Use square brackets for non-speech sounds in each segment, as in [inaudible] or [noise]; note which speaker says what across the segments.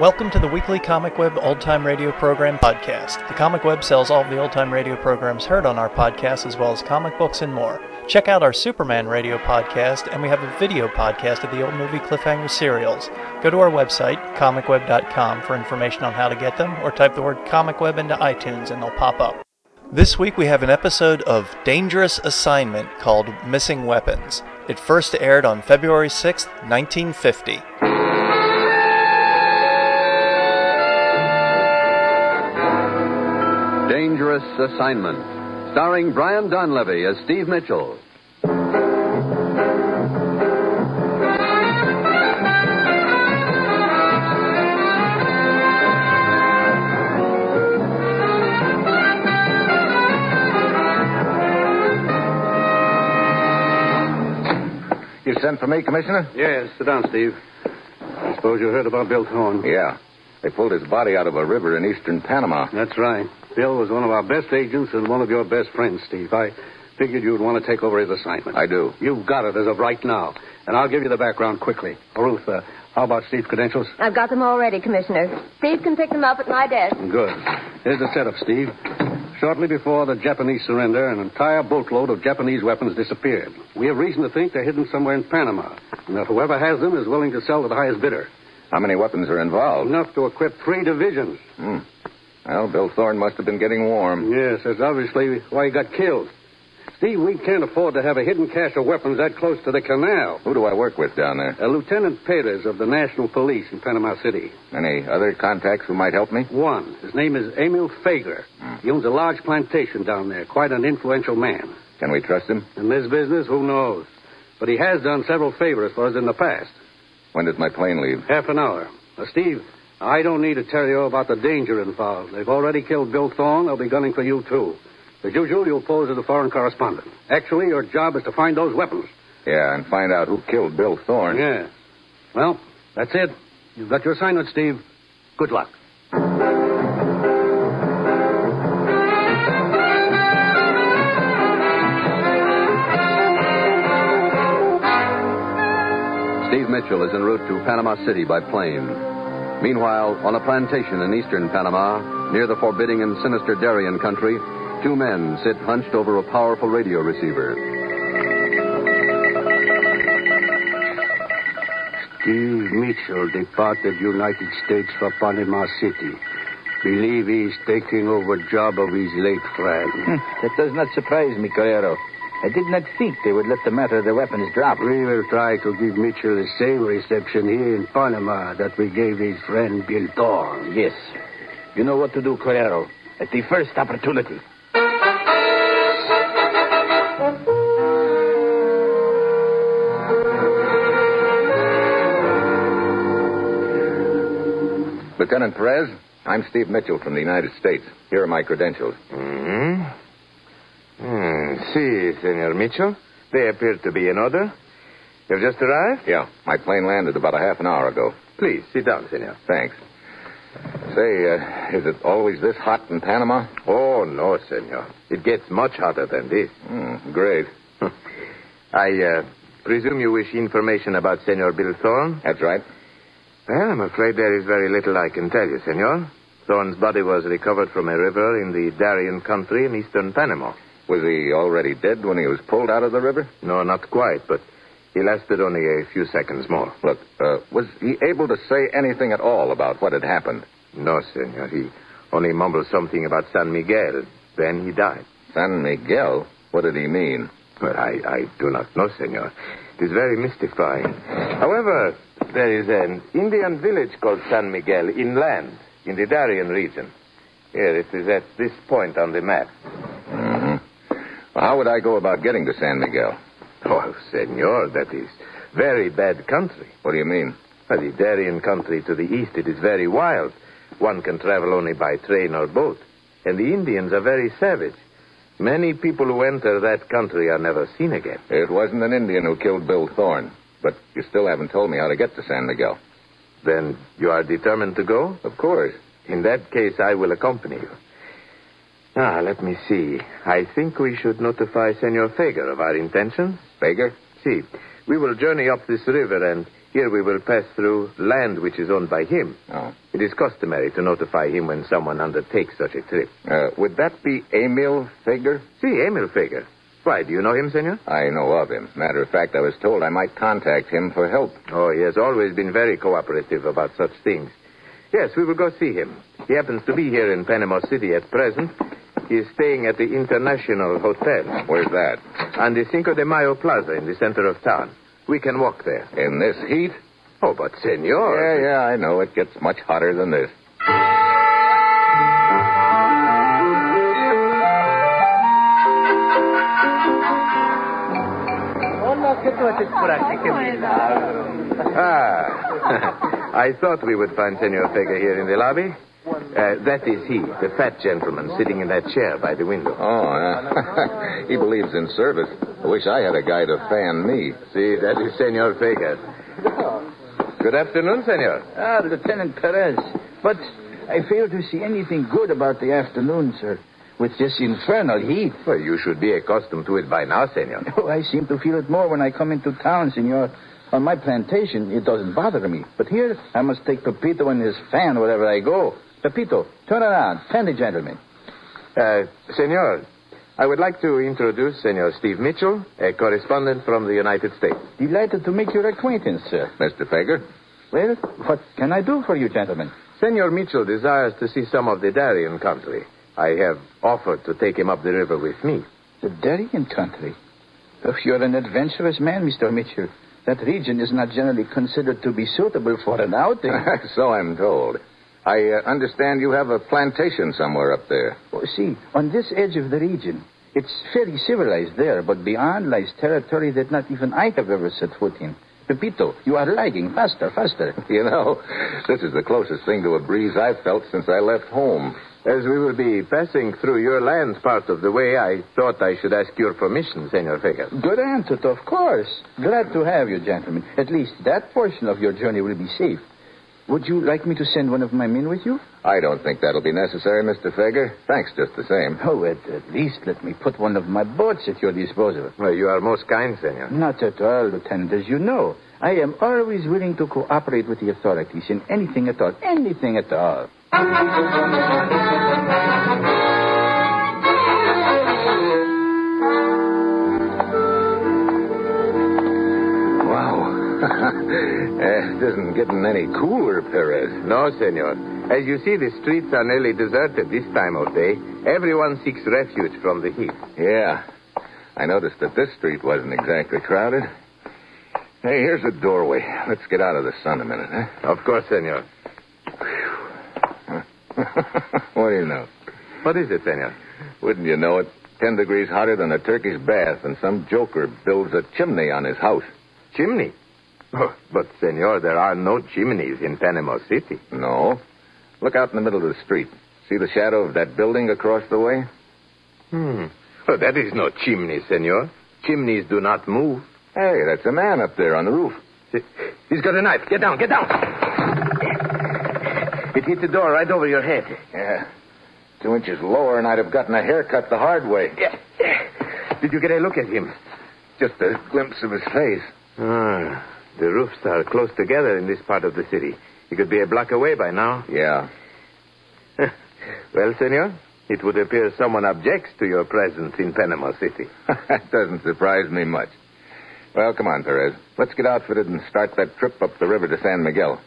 Speaker 1: Welcome to the weekly Comic Web Old Time Radio Program podcast. The Comic Web sells all of the old time radio programs heard on our podcast, as well as comic books and more. Check out our Superman radio podcast, and we have a video podcast of the old movie Cliffhanger serials. Go to our website, comicweb.com, for information on how to get them, or type the word Comic Web into iTunes and they'll pop up. This week we have an episode of Dangerous Assignment called Missing Weapons. It first aired on February 6th, 1950.
Speaker 2: Dangerous Assignment, starring Brian Donlevy as Steve Mitchell.
Speaker 3: You sent for me, Commissioner?
Speaker 2: Yes, sit down, Steve. I suppose you heard about Bill Thorne.
Speaker 3: Yeah. They pulled his body out of a river in eastern Panama.
Speaker 2: That's right. Bill was one of our best agents and one of your best friends, Steve. I figured you'd want to take over his assignment.
Speaker 3: I do.
Speaker 2: You've got it as of right now. And I'll give you the background quickly. Ruth, uh, how about Steve's credentials?
Speaker 4: I've got them already, Commissioner. Steve can pick them up at my desk.
Speaker 2: Good. Here's the setup, Steve. Shortly before the Japanese surrender, an entire boatload of Japanese weapons disappeared. We have reason to think they're hidden somewhere in Panama, and that whoever has them is willing to sell to the highest bidder.
Speaker 3: How many weapons are involved?
Speaker 2: Enough to equip three divisions.
Speaker 3: Hmm. Well, Bill Thorne must have been getting warm.
Speaker 2: Yes, that's obviously why he got killed. Steve, we can't afford to have a hidden cache of weapons that close to the canal.
Speaker 3: Who do I work with down there?
Speaker 2: Uh, Lieutenant Perez of the National Police in Panama City.
Speaker 3: Any other contacts who might help me?
Speaker 2: One. His name is Emil Fager. He owns a large plantation down there, quite an influential man.
Speaker 3: Can we trust him?
Speaker 2: In this business, who knows? But he has done several favors for us in the past.
Speaker 3: When does my plane leave?
Speaker 2: Half an hour. Now, Steve, I don't need to tell you about the danger involved. They've already killed Bill Thorne. They'll be gunning for you, too. As usual, you'll pose as a foreign correspondent. Actually, your job is to find those weapons.
Speaker 3: Yeah, and find out who killed Bill Thorne.
Speaker 2: Yeah. Well, that's it. You've got your assignment, Steve. Good luck.
Speaker 5: Steve Mitchell is en route to Panama City by plane. Meanwhile, on a plantation in eastern Panama, near the forbidding and sinister Darien country, two men sit hunched over a powerful radio receiver.
Speaker 2: Steve Mitchell departed United States for Panama City. Believe he's taking over job of his late friend.
Speaker 6: That does not surprise me, Correro. I did not think they would let the matter of the weapons drop.
Speaker 2: we will try to give Mitchell the same reception here in Panama that we gave his friend Bill Thorne.
Speaker 6: Yes. You know what to do, Correro, at the first opportunity.
Speaker 3: Lieutenant Perez, I'm Steve Mitchell from the United States. Here are my credentials.
Speaker 7: Hmm? Hmm. See, Senor Mitchell. They appear to be in order. You've just arrived?
Speaker 3: Yeah, my plane landed about a half an hour ago.
Speaker 7: Please, sit down, Senor.
Speaker 3: Thanks. Say, uh, is it always this hot in Panama?
Speaker 7: Oh, no, Senor. It gets much hotter than this.
Speaker 3: Hmm, great.
Speaker 7: [laughs] I uh, presume you wish information about Senor Bill Thorne?
Speaker 3: That's right.
Speaker 7: Well, I'm afraid there is very little I can tell you, Senor. Thorne's body was recovered from a river in the Darien country in eastern Panama.
Speaker 3: Was he already dead when he was pulled out of the river?
Speaker 7: No, not quite, but he lasted only a few seconds more.
Speaker 3: Look, uh, was he able to say anything at all about what had happened?
Speaker 7: No, senor. He only mumbled something about San Miguel. Then he died.
Speaker 3: San Miguel? What did he mean?
Speaker 7: But I, I do not know, senor. It is very mystifying. However, there is an Indian village called San Miguel inland in the Darien region. Here, it is at this point on the map.
Speaker 3: hmm Well, how would I go about getting to San Miguel?
Speaker 7: Oh, senor, that is very bad country.
Speaker 3: What do you mean?
Speaker 7: Well, the Darien country to the east, it is very wild. One can travel only by train or boat. And the Indians are very savage. Many people who enter that country are never seen again.
Speaker 3: It wasn't an Indian who killed Bill Thorne, but you still haven't told me how to get to San Miguel.
Speaker 7: Then you are determined to go?
Speaker 3: Of course.
Speaker 7: In that case, I will accompany you. Ah, let me see. I think we should notify Senor Fager of our intentions.
Speaker 3: Fager?
Speaker 7: See, we will journey up this river, and Here we will pass through land which is owned by him.
Speaker 3: Oh.
Speaker 7: It is customary to notify him when someone undertakes such a trip.
Speaker 3: Uh, would that be Emil Fager?
Speaker 7: See, Emil Fager. Why, do you know him, senor?
Speaker 3: I know of him. Matter of fact, I was told I might contact him for help.
Speaker 7: Oh, he has always been very cooperative about such things. Yes, we will go see him. He happens to be here in Panama City at present. He is staying at the International Hotel
Speaker 3: Where's that?
Speaker 7: on the Cinco de Mayo Plaza in the center of town. We can walk there.
Speaker 3: In this heat?
Speaker 7: Oh, but senor.
Speaker 3: Yeah, yeah, I know. It gets much hotter than this.
Speaker 7: Ah. [laughs] I thought we would find Senor Fager here in the lobby. Uh, that is he, the fat gentleman sitting in that chair by the window.
Speaker 3: Oh, yeah. [laughs] he believes in service. I wish I had a guy to fan me.
Speaker 7: See, that is Senor Fager. Good afternoon, senor.
Speaker 6: Ah, Lieutenant Perez. But I fail to see anything good about the afternoon, sir. With this infernal heat.
Speaker 7: Well, you should be accustomed to it by now, senor.
Speaker 6: Oh, I seem to feel it more when I come into town, senor. On my plantation, it doesn't bother me. But here, I must take Pepito and his fan wherever I go. Pepito, turn around. Fan the gentleman.
Speaker 7: Uh, senor, I would like to introduce Senor Steve Mitchell, a correspondent from the United States.
Speaker 6: Delighted to make your acquaintance, sir.
Speaker 3: Mr. Fager?
Speaker 6: Well, what can I do for you, gentlemen?
Speaker 7: Senor Mitchell desires to see some of the Darien country. I have offered to take him up the river with [laughs] me.
Speaker 6: The Darien country. If you're an adventurous man, Mr. Mitchell, that region is not generally considered to be suitable for an outing.
Speaker 7: [laughs]
Speaker 3: so Oh, I'm told. I uh, understand you have a plantation somewhere up there. [laughs]
Speaker 6: Oh, see, on this edge of the region, it's fairly civilized there, but beyond lies territory that not even I have ever set foot in. Pepito, you are lagging. Faster, faster.
Speaker 3: You know, this is the closest thing to a breeze I've felt since I left home.
Speaker 7: As we will be passing through your lands part of the way, I thought I should ask your permission, Senor Fager.
Speaker 6: Good answer, of course. Glad to have you, gentlemen. At least that portion of your journey will be safe. Would you like me to send one of my men with you?
Speaker 3: I don't think that'll be necessary, Mr. Fager. Thanks just the same.
Speaker 6: Oh, at, at least let me put one of my boats at your disposal.
Speaker 7: Well, you are most kind, senor.
Speaker 6: Not at all, Lieutenant. As you know, I am always willing to cooperate with the authorities in anything at all. Anything at all.
Speaker 3: Wow. [laughs] Eh, it isn't getting any cooler, Perez.
Speaker 7: No, senor. As you see, the streets are nearly deserted this time of day. Everyone seeks refuge from the heat.
Speaker 3: Yeah. I noticed that this street wasn't exactly crowded. Hey, here's a doorway. Let's get out of the sun a minute, huh?
Speaker 7: Of course, senor.
Speaker 3: what do you know?
Speaker 7: What is it, senor?
Speaker 3: Wouldn't you know it? Ten degrees hotter than a Turkish bath, and some joker builds a chimney on his house.
Speaker 7: Chimney. Oh, but, senor, there are no chimneys in Panama City.
Speaker 3: No. Look out in the middle of the street. See the shadow of that building across the way?
Speaker 7: Hmm. Oh, that is no chimney, senor. Chimneys do not move.
Speaker 3: Hey, that's a man up there on the roof.
Speaker 7: He's got a knife. Get down, get down. It hit the door right over your head.
Speaker 3: Yeah. Two inches lower, and I'd have gotten a haircut the hard way.
Speaker 7: Yeah, yeah. Did you get a look at him?
Speaker 3: Just a glimpse of his face.
Speaker 7: Ah, the roofs are close together in this part of the city. He could be a block away by now.
Speaker 3: Yeah.
Speaker 7: well, senor, it would appear someone objects to your presence in Panama [laughs] City.
Speaker 3: that doesn't surprise me much. Well, come on, Perez. Let's get outfitted and start that trip up the river to San Miguel.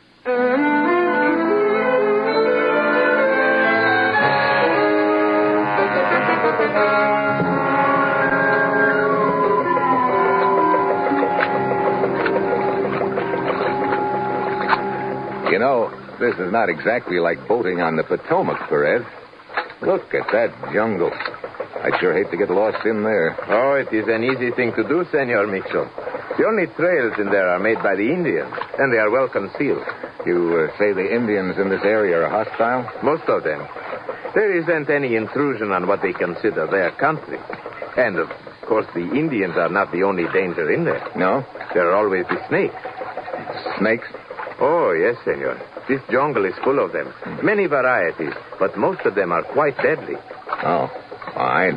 Speaker 3: You know, this is not exactly like boating on the Potomac, Perez. Look at that jungle. I'd sure hate to get lost in there.
Speaker 7: Oh, it is an easy thing to do, Senor Mitchell. The only trails in there are made by the Indians, and they are well concealed.
Speaker 3: You uh, say the Indians in this area are hostile?
Speaker 7: Most of them. There isn't any intrusion on what they consider their country. And, of course, the Indians are not the only danger in there.
Speaker 3: No?
Speaker 7: There are always the snakes.
Speaker 3: Snakes?
Speaker 7: Oh, yes, senor. This jungle is full of them. Many varieties, but most of them are quite deadly.
Speaker 3: Oh, fine.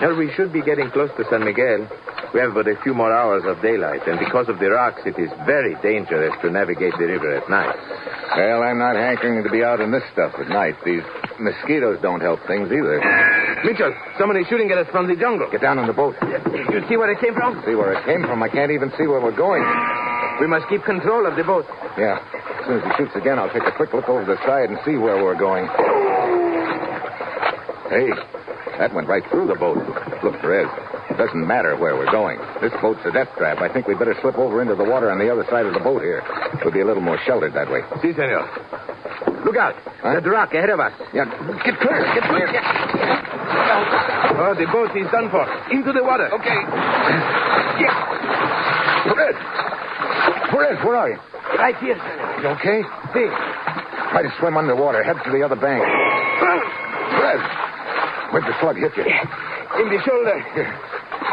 Speaker 7: Well, we should be getting close to San Miguel. We have but a few more hours of daylight, and because of the rocks, it is very dangerous to navigate the river at night.
Speaker 3: Well, I'm not hankering to be out in this stuff at night. These mosquitoes don't help things either.
Speaker 7: Mitchell, someone is shooting at us from the jungle.
Speaker 3: Get down on the boat.
Speaker 7: You see where it came from?
Speaker 3: See where it came from. I can't even see where we're going.
Speaker 7: We must keep control of the boat.
Speaker 3: Yeah. As soon as he shoots again, I'll take a quick look over the side and see where we're going. Hey, that went right through the boat. Look, Perez, it doesn't matter where we're going. This boat's a death trap. I think we'd better slip over into the water on the other side of the boat here. We'll be a little more sheltered that way.
Speaker 7: Si, senor. Look out.
Speaker 3: Huh?
Speaker 7: That rock ahead of us.
Speaker 3: Yeah, get clear. Get clear.
Speaker 7: Oh, the boat is done for. Into the water.
Speaker 3: Okay. Yeah. Perez. Perez, where are you?
Speaker 7: Right here, senor.
Speaker 3: You okay?
Speaker 7: See.
Speaker 3: Try to swim underwater. Head for the other bank. Perez, where'd the slug hit you?
Speaker 7: In the shoulder.
Speaker 3: Here.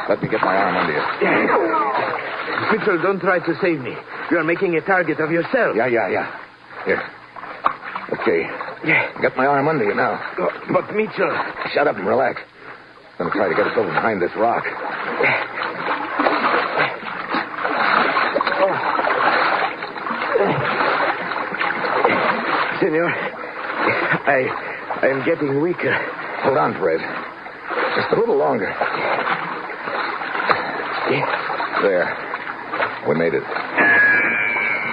Speaker 3: Let me get my arm under you.
Speaker 7: [laughs] Mitchell, don't try to save me. You are making a target of yourself.
Speaker 3: Yeah, yeah, yeah. Here. Okay.
Speaker 7: Yeah.
Speaker 3: Got my arm under you now.
Speaker 7: Oh, But Mitchell,
Speaker 3: Shut up and relax. I'm gonna try to get us over behind this rock.
Speaker 7: senor, I, oh, I am getting weaker.
Speaker 3: Hold on, Perez. Just a little longer. There. We made it.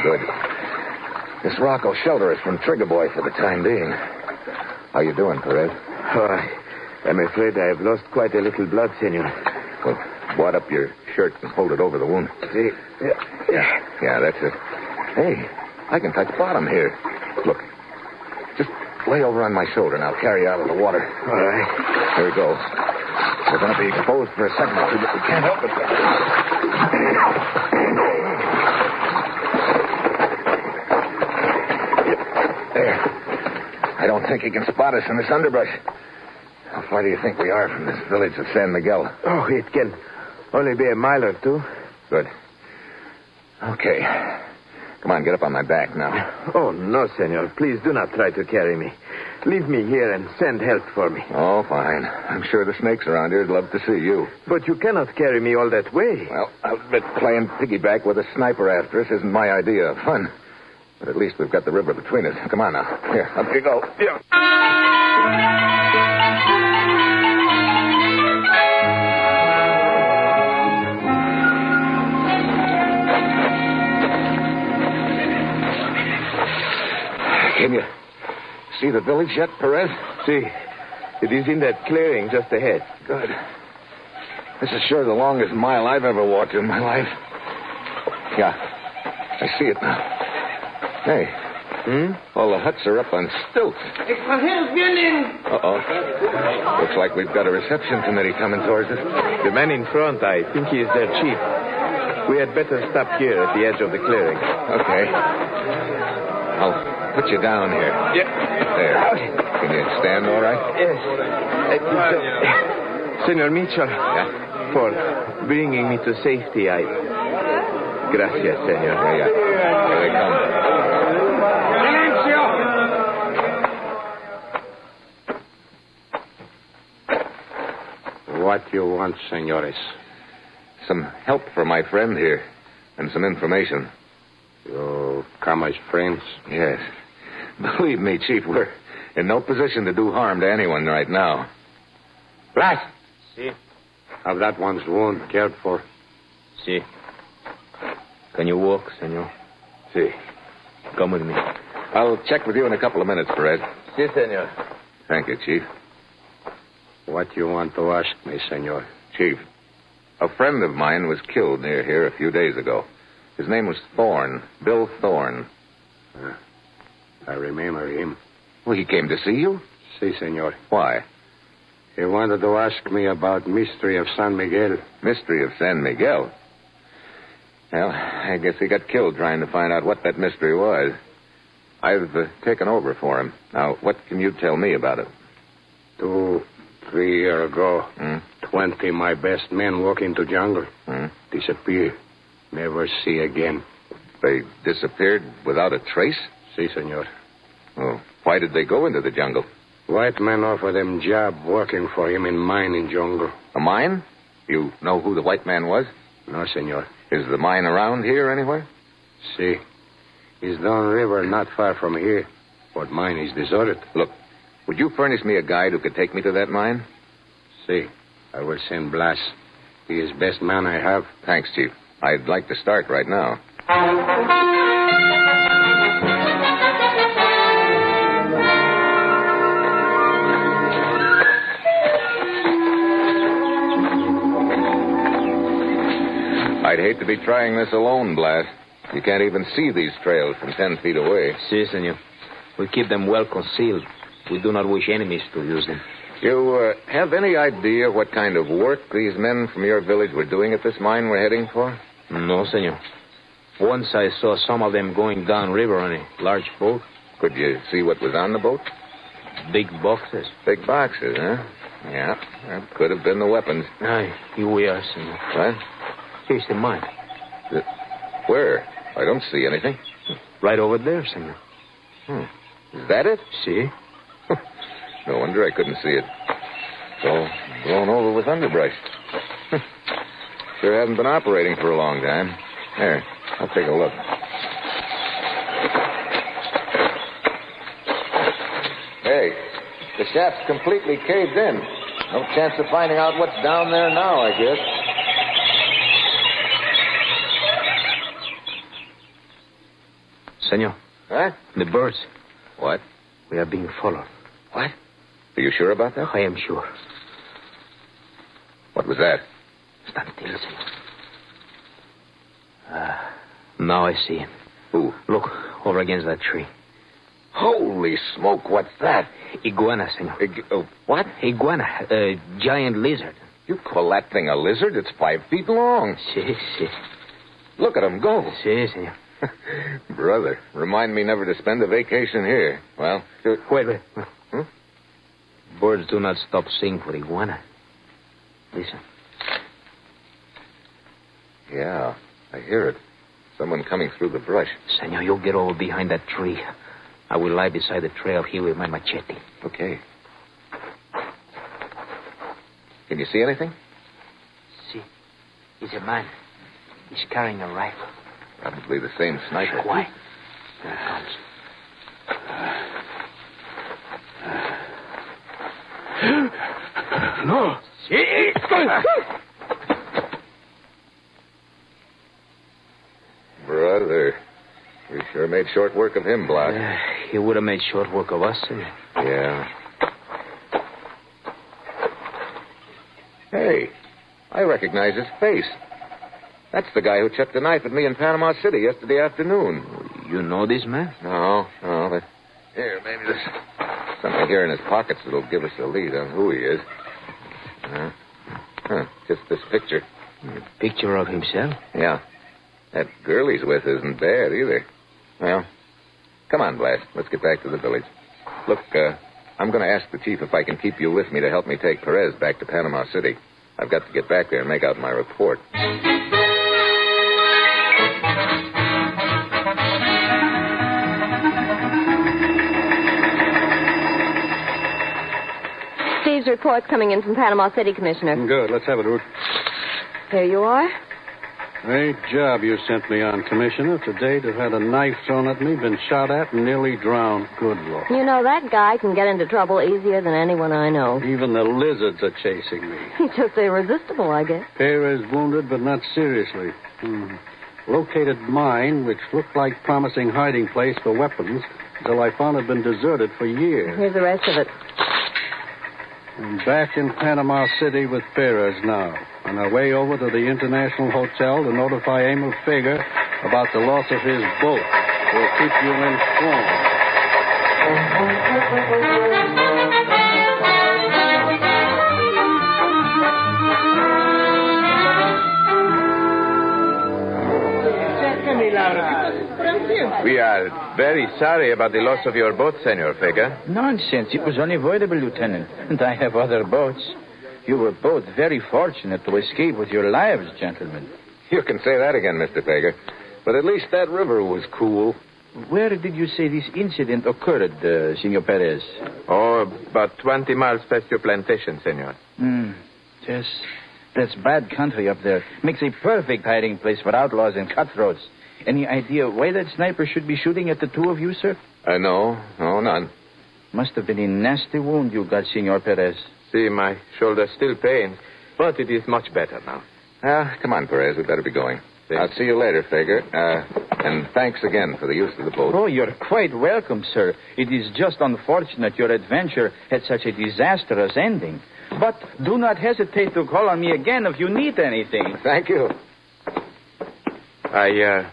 Speaker 3: Good. This rock will shelter us from Trigger Boy for the time being. How you doing, Perez?
Speaker 7: Oh, I, I'm afraid I have lost quite a little blood, senor.
Speaker 3: Well, wad up your shirt and hold it over the wound.
Speaker 7: See?
Speaker 3: Yeah, yeah, that's it. Hey, I can touch bottom here. Look, just lay over on my shoulder and I'll carry you out of the water.
Speaker 7: All right.
Speaker 3: Here we go. We're going to be exposed for a second or two, but we can't help it. There. I don't think he can spot us in this underbrush. How far do you think we are from this village of San Miguel?
Speaker 7: Oh, it can only be a mile or two.
Speaker 3: Good. Okay. Come on, get up on my back now.
Speaker 7: Oh, no, senor. Please do not try to carry me. Leave me here and send help for me.
Speaker 3: Oh, fine. I'm sure the snakes around here'd love to see you.
Speaker 7: But you cannot carry me all that way.
Speaker 3: Well, I'll bet playing piggyback with a sniper after us isn't my idea of fun. But at least we've got the river between us. Come on now. Here, up you go. Here. Can you see the village yet, Perez?
Speaker 7: See, it is in that clearing just ahead.
Speaker 3: Good. This is sure the longest mile I've ever walked in my life. Yeah, I see it now. Hey. Hmm? All the huts are up on stilts. Uh-oh. Looks like we've got a reception committee coming towards us.
Speaker 7: The man in front, I think he is their chief. We had better stop here at the edge of the clearing.
Speaker 3: Okay. I'll put you down here. There. Can you stand all right?
Speaker 7: Yes. Uh, Senor Mitchell, for bringing me to safety, I. Gracias, senor.
Speaker 3: Yeah, yeah. Here they come.
Speaker 2: What you want, senores?
Speaker 3: Some help for my friend here and some information.
Speaker 2: You come as friends?
Speaker 3: Yes. Believe me, Chief, we're in no position to do harm to anyone right now.
Speaker 2: Blast! See? Have that one's wound cared for.
Speaker 7: Si. Can you walk, senor?
Speaker 3: See,
Speaker 7: Come with me.
Speaker 3: I'll check with you in a couple of minutes, Perez.
Speaker 7: Si, senor.
Speaker 3: Thank you, Chief.
Speaker 2: What you want to ask me, senor?
Speaker 3: Chief, a friend of mine was killed near here a few days ago. His name was Thorne, Bill Thorne.
Speaker 2: I remember him.
Speaker 3: Well, he came to see you?
Speaker 2: Si, senor.
Speaker 3: Why?
Speaker 2: He wanted to ask me about mystery of San Miguel.
Speaker 3: Mystery of San Miguel. Well, I guess he got killed trying to find out what that mystery was. I've uh, taken over for him. Now, what can you tell me about it?
Speaker 2: Two, three year ago,
Speaker 3: Hmm?
Speaker 2: twenty my best men walk into jungle,
Speaker 3: Hmm?
Speaker 2: disappear, never see again.
Speaker 3: They disappeared without a trace?
Speaker 2: Si, senor.
Speaker 3: Well, why did they go into the jungle?
Speaker 2: White man offer them job working for him in mining jungle.
Speaker 3: A mine? You know who the white man was?
Speaker 2: No, senor.
Speaker 3: Is the mine around here anywhere?
Speaker 2: See, is down river not far from here, but mine is deserted.
Speaker 3: Look, would you furnish me a guide who could take me to that mine?
Speaker 2: See, I will send Blas. He is best man I have.
Speaker 3: Thanks, Chief. I'd like to start right now. I'd hate to be trying this alone, Blast. You can't even see these trails from ten feet away.
Speaker 8: Si, senor. We keep them well concealed. We do not wish enemies to use them.
Speaker 3: You uh, have any idea what kind of work these men from your village were doing at this mine we're heading for?
Speaker 8: No, senor. Once I saw some of them going down river on a large boat,
Speaker 3: Could you see what was on the boat?
Speaker 8: big boxes.
Speaker 3: Big boxes, huh? Yeah, that could have been the weapons.
Speaker 8: Aye, here we are, senor.
Speaker 3: What?
Speaker 8: Here's the mine.
Speaker 3: Where? I don't see anything.
Speaker 8: Right over there, senor.
Speaker 3: Is that it?
Speaker 8: See?
Speaker 3: No wonder I couldn't see it. It's all blown over with underbrush. [laughs] sure hasn't been operating for a long time. There, I'll take a look. Hey, the shaft's completely caved in. No chance of finding out what's down there now, I guess.
Speaker 8: Senor,
Speaker 3: Huh?
Speaker 8: the birds.
Speaker 3: What?
Speaker 8: We are being followed.
Speaker 3: What? Are you sure about that?
Speaker 8: I am sure.
Speaker 3: What was that?
Speaker 8: Stand still, senor. Ah, now I see him.
Speaker 3: Who?
Speaker 8: Look, over against that tree.
Speaker 3: Holy smoke, what's that?
Speaker 8: Iguana, senor.
Speaker 3: Ig- oh, what?
Speaker 8: Iguana, a giant lizard.
Speaker 3: You call that thing a lizard? It's five feet long.
Speaker 8: Si, si.
Speaker 3: Look at him go.
Speaker 8: Si, senor.
Speaker 3: [laughs] Brother, remind me never to spend a vacation here. Well, uh,
Speaker 8: Wait, wait.
Speaker 3: Hmm?
Speaker 8: Birds do not stop singing for iguana. Listen.
Speaker 3: yeah, I hear it. Someone coming through the brush.
Speaker 8: Senor, you get over behind that tree. I will lie beside the trail here with my machete.
Speaker 3: Okay. Can you see anything?
Speaker 8: See, he's a man. He's carrying a rifle.
Speaker 3: Probably the same sniper.
Speaker 8: Quiet. Here he comes.
Speaker 3: Brother, we sure made short work of him, Block.
Speaker 8: Uh, he would have made short work of us, senor.
Speaker 3: Yeah. Hey, I recognize his face. That's the guy who chucked a knife at me in Panama City yesterday afternoon.
Speaker 8: You know this man?
Speaker 3: No, no, but here, maybe there's something here in his pockets that'll give us a lead on who he is. Huh? Huh, just this picture.
Speaker 8: Picture of himself?
Speaker 3: Yeah. That girl he's with isn't bad either. Well, come on, Blast. Let's get back to the village. Look, uh, I'm going to ask the chief if I can keep you with me to help me take Perez back to Panama City. I've got to get back there and make out my report.
Speaker 4: Steve's report's coming in from Panama City, Commissioner.
Speaker 2: Good. Let's have it, Ruth.
Speaker 4: Here you are.
Speaker 2: Great job you sent me on, Commissioner. Today to have had a knife thrown at me, been shot at, and nearly drowned. Good Lord.
Speaker 4: You know, that guy can get into trouble easier than anyone I know.
Speaker 2: Even the lizards are chasing me.
Speaker 4: [laughs] He's just irresistible, I guess.
Speaker 2: Perez wounded, but not seriously. Hmm. Located mine, which looked like promising hiding place for weapons, until I found it had been deserted for years.
Speaker 4: Here's the rest of it.
Speaker 2: I'm back in Panama City with Perez now, on our way over to the International Hotel to notify Emil Fager about the loss of his boat. We'll keep you informed.
Speaker 7: We are very sorry about the loss of your boat, Senor Vega.
Speaker 6: Nonsense. It was unavoidable, Lieutenant. And I have other boats. You were both very fortunate to escape with your lives, gentlemen.
Speaker 3: You can say that again, Mr. Fager. But at least that river was cool.
Speaker 6: Where did you say this incident occurred, uh, Senor Perez?
Speaker 7: Oh, about 20 miles past your plantation, Senor.
Speaker 6: Hmm. Yes. That's bad country up there. Makes a perfect hiding place for outlaws and cutthroats. Any idea why that sniper should be shooting at the two of you, sir?
Speaker 3: Uh, no, no, none.
Speaker 6: Must have been a nasty wound you got, Senor Perez.
Speaker 7: See, my shoulder still pains, but it is much better now.
Speaker 3: Ah, come on, Perez. We'd better be going. I'll see you later, Fager. Uh, and thanks again for the use of the boat.
Speaker 6: Oh, you're quite welcome, sir. It is just unfortunate your adventure had such a disastrous ending. But do not hesitate to call on me again if you need anything.
Speaker 3: Thank you.
Speaker 7: I uh,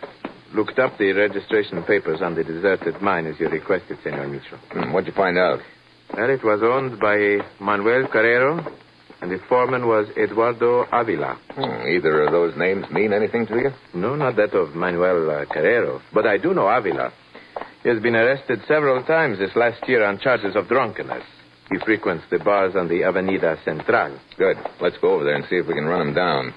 Speaker 7: looked up the registration papers on the deserted mine as you requested, Senor Mitchell.
Speaker 3: Hmm, what'd you find out?
Speaker 7: Well, it was owned by Manuel Carrero, and the foreman was Eduardo Avila.
Speaker 3: Hmm, either of those names mean anything to you?
Speaker 7: No, not that of Manuel uh, Carrero, but I do know Avila. He has been arrested several times this last year on charges of drunkenness. He frequents the bars on the Avenida Central.
Speaker 3: Good. Let's go over there and see if we can run him down.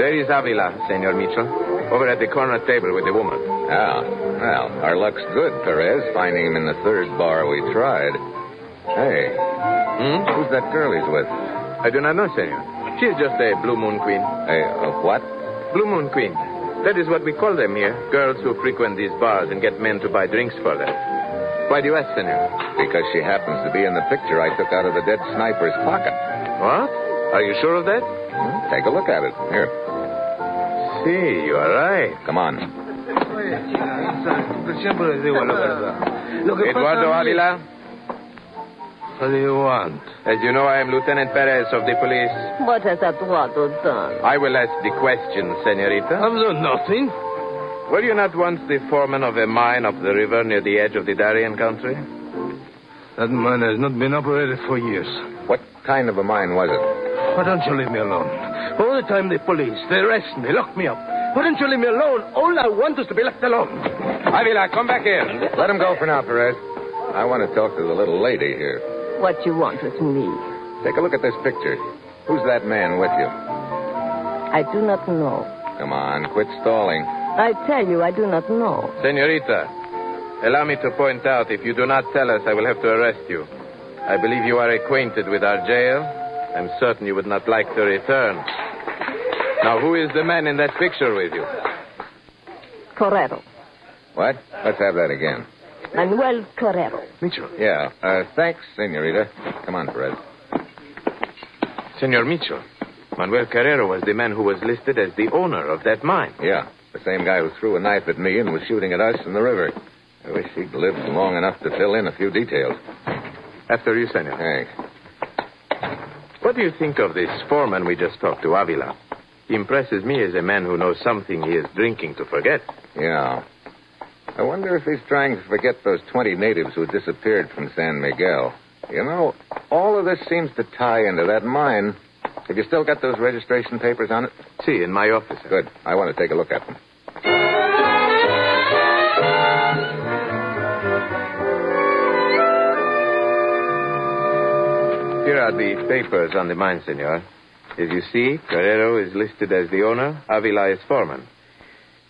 Speaker 7: There is Avila, Senor Mitchell, over at the corner table with the woman.
Speaker 3: Ah, well, our luck's good, Perez, finding him in the third bar we tried. Hey,
Speaker 7: Hmm?
Speaker 3: who's that girl he's with?
Speaker 7: I do not know, Senor. She is just a blue moon queen.
Speaker 3: Hey, uh, what?
Speaker 7: Blue Moon Queen. That is what we call them here. Girls who frequent these bars and get men to buy drinks for them. Why do you ask, senor?
Speaker 3: Because she happens to be in the picture I took out of the dead sniper's pocket.
Speaker 7: What? Are you sure of that?
Speaker 3: Hmm, Take a look at it. Here,
Speaker 7: See, you are right.
Speaker 3: come on.
Speaker 7: Eduardo Avila. What do you want? As you know, I am Lieutenant Perez of the police.
Speaker 4: What has Eduardo done?
Speaker 7: I will ask the question, senorita. I've done nothing. Were you not once the foreman of a mine up the river near the edge of the Darien country?
Speaker 9: That mine has not been operated for years.
Speaker 3: What kind of a mine was it?
Speaker 9: Why don't you leave me alone? All the time, the police, they arrest me, lock me up. Why don't you leave me alone? All I want is to be left alone.
Speaker 7: Avila, come back here.
Speaker 3: Let him go for now, Perez. I want to talk to the little lady here.
Speaker 4: What you want with me?
Speaker 3: Take a look at this picture. Who's that man with you?
Speaker 4: I do not know.
Speaker 3: Come on, quit stalling.
Speaker 4: I tell you, I do not know.
Speaker 7: Senorita, allow me to point out if you do not tell us, I will have to arrest you. I believe you are acquainted with our jail. I'm certain you would not like to return. Now, who is the man in that picture with you?
Speaker 4: Correro.
Speaker 3: What? Let's have that again.
Speaker 4: Manuel Correro.
Speaker 9: Mitchell.
Speaker 3: Yeah. Uh, thanks, Senorita. Come on, Perez.
Speaker 7: Senor Mitchell. Manuel Carrero was the man who was listed as the owner of that mine.
Speaker 3: Yeah, the same guy who threw a knife at me and was shooting at us in the river. I wish he'd lived long enough to fill in a few details.
Speaker 7: After you, Senor.
Speaker 3: Thanks.
Speaker 7: What do you think of this foreman we just talked to, Avila? He impresses me as a man who knows something he is drinking to forget.
Speaker 3: Yeah. I wonder if he's trying to forget those 20 natives who disappeared from San Miguel. You know, all of this seems to tie into that mine. Have you still got those registration papers on it?
Speaker 7: See, in my office.
Speaker 3: Good. I want to take a look at them.
Speaker 7: Here are the papers on the mine, senor. As you see, Carrero is listed as the owner, Avila is foreman.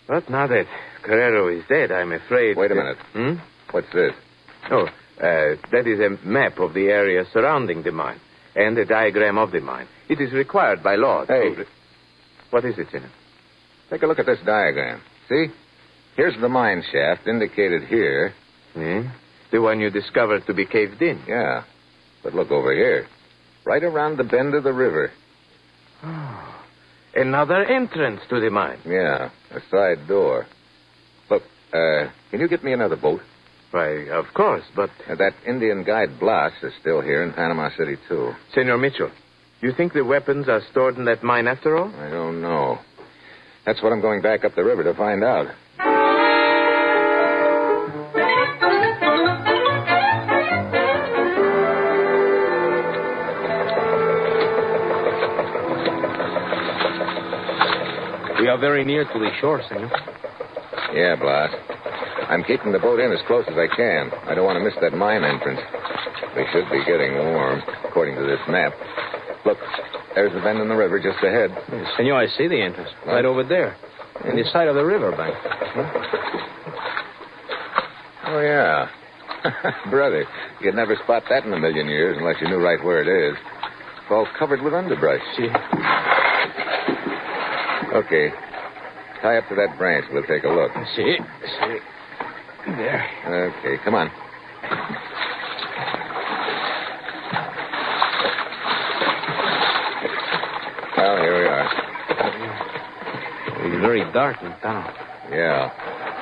Speaker 7: But now that Carrero is dead, I'm afraid.
Speaker 3: Wait a
Speaker 7: that-
Speaker 3: minute.
Speaker 7: Hmm?
Speaker 3: What's this?
Speaker 7: Oh, uh, that is a map of the area surrounding the mine and a diagram of the mine. It is required by law. to-
Speaker 3: Hey.
Speaker 7: What is it, senor?
Speaker 3: Take a look at this diagram. See? Here's the mine shaft indicated here.
Speaker 7: Hmm? The one you discovered to be caved in.
Speaker 3: Yeah. But look over here. Right around the bend of the river.
Speaker 7: Another entrance to the mine.
Speaker 3: Yeah. A side door. Look, uh, can you get me another boat?
Speaker 7: Why, of course, but
Speaker 3: Uh, that Indian guide Blas is still here in Panama City, too.
Speaker 7: Senor Mitchell, you think the weapons are stored in that mine after all?
Speaker 3: I don't know. That's what I'm going back up the river to find out.
Speaker 8: We are very near to the shore, senor.
Speaker 3: Yeah, Blas. I'm keeping the boat in as close as I can. I don't want to miss that mine entrance. We should be getting warm, according to this map. Look, uh, There's the bend in the river just ahead.
Speaker 8: Senor, I see the entrance. Right over there. On the side of the riverbank.
Speaker 3: Oh, yeah. [laughs] Brother, you'd never spot that in a million years unless you knew right where it is. It's all covered with underbrush. Okay. Tie up to that branch. We'll take a look.
Speaker 8: See? See? There.
Speaker 3: Okay, come on. Well, Oh, here we are.
Speaker 8: It's very dark in town.
Speaker 3: Yeah.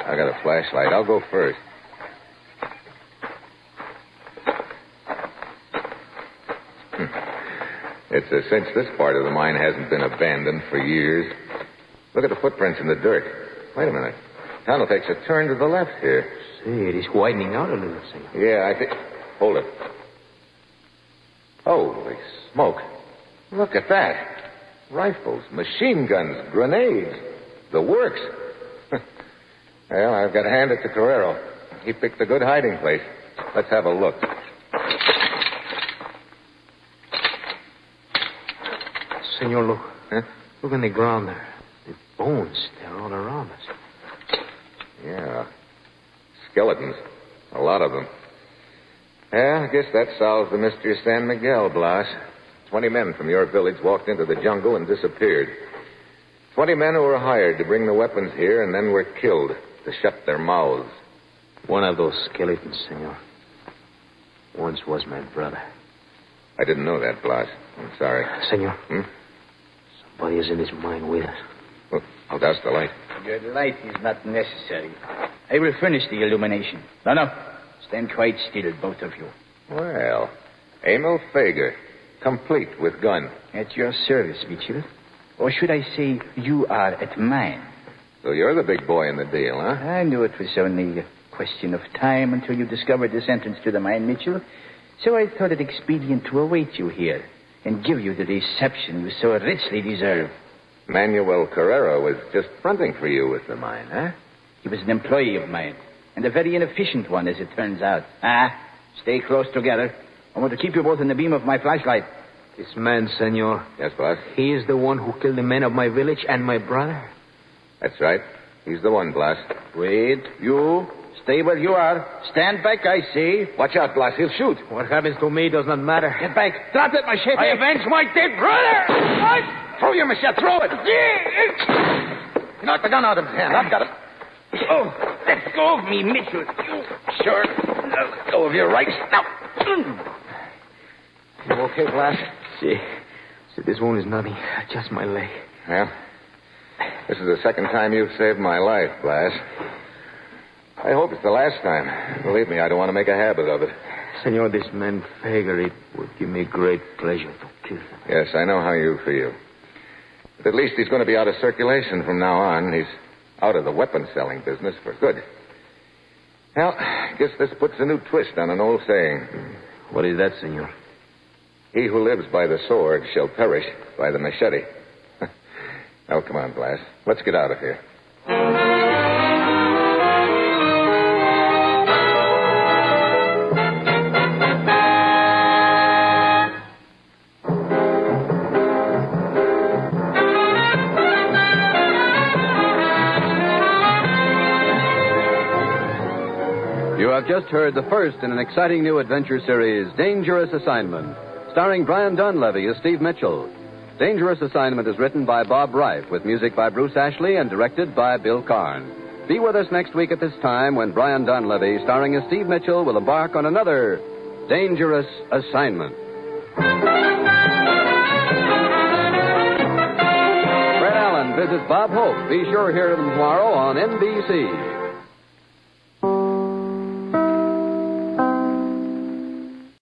Speaker 3: I got a flashlight. I'll go first. Hmm. It's a cinch this part of the mine hasn't been abandoned for years. Look at the footprints in the dirt. Wait a minute. Tunnel takes a turn to the left here.
Speaker 8: See, it is widening out a little, senor.
Speaker 3: Yeah, I think. Hold it. Holy smoke. Look at that. Rifles, machine guns, grenades. The works. [laughs] well, I've got to hand it to Carrero. He picked a good hiding place. Let's have a look.
Speaker 8: Senor, look.
Speaker 3: Huh?
Speaker 8: eh? Look on the ground there. The bones, they're all around us.
Speaker 3: Yeah. Skeletons. A lot of them. Yeah, I guess that solves the mystery of San Miguel, Blas. Twenty men from your village walked into the jungle and disappeared. Twenty men who were hired to bring the weapons here and then were killed to shut their mouths.
Speaker 8: One of those skeletons, senor. Once was my brother.
Speaker 3: I didn't know that, Blas. I'm sorry.
Speaker 8: Senor.
Speaker 3: Hmm?
Speaker 8: Somebody is in this mine with us.
Speaker 3: Well, I'll douse the light.
Speaker 6: Your light is not necessary. I will furnish the illumination. No, no. Stand quite still, both of you.
Speaker 3: Well, Emil Fager, complete with gun.
Speaker 6: At your service, Mitchell. Or should I say, you are at mine.
Speaker 3: So you're the big boy in the deal, huh?
Speaker 6: I knew it was only a question of time until you discovered this entrance to the mine, Mitchell. So I thought it expedient to await you here and give you the reception you so richly deserve.
Speaker 3: Manuel Carrero was just fronting for you with the mine, huh?
Speaker 6: He was an employee of mine, and a very inefficient one, as it turns out. Ah, stay close together. I want to keep you both in the beam of my flashlight.
Speaker 8: This man, senor,
Speaker 3: Yes, boss.
Speaker 8: he is the one who killed the men of my village and my brother.
Speaker 3: That's right. He's the one, Blas.
Speaker 6: Wait, you. Stay where you are. Stand back, I say.
Speaker 3: Watch out, Blas. He'll shoot.
Speaker 8: What happens to me does not matter.
Speaker 6: Get back. Drop that machete. I avenge my dead brother. Throw your machete. Throw it. Knock the gun out of his hand. I've got it. Oh, let go of me, Mitchell. You sure? Now let go of your rights. Now.
Speaker 3: You okay, Blas?
Speaker 8: See, see, this wound is nothing. [laughs] Just my leg.
Speaker 3: Well, this is the second time you've saved my life, Blas. I hope it's the last time. Believe me, I don't want to make a habit of it.
Speaker 8: Senor, this man Fager, it would give me great pleasure to kill him.
Speaker 3: Yes, I know how you feel. But at least he's going to be out of circulation from now on. He's out of the weapon selling business for good. Well, I guess this puts a new twist on an old saying.
Speaker 8: What is that, senor?
Speaker 3: He who lives by the sword shall perish by the machete. [laughs] oh, come on, Blas. Let's get out of here.
Speaker 5: You have just heard the first in an exciting new adventure series, Dangerous Assignment, starring Brian Dunleavy as Steve Mitchell. Dangerous Assignment is written by Bob Reif, with music by Bruce Ashley and directed by Bill Carn. Be with us next week at this time when Brian Dunleavy, starring as Steve Mitchell, will embark on another Dangerous Assignment. Fred Allen visits Bob Hope. Be sure to hear him tomorrow on NBC.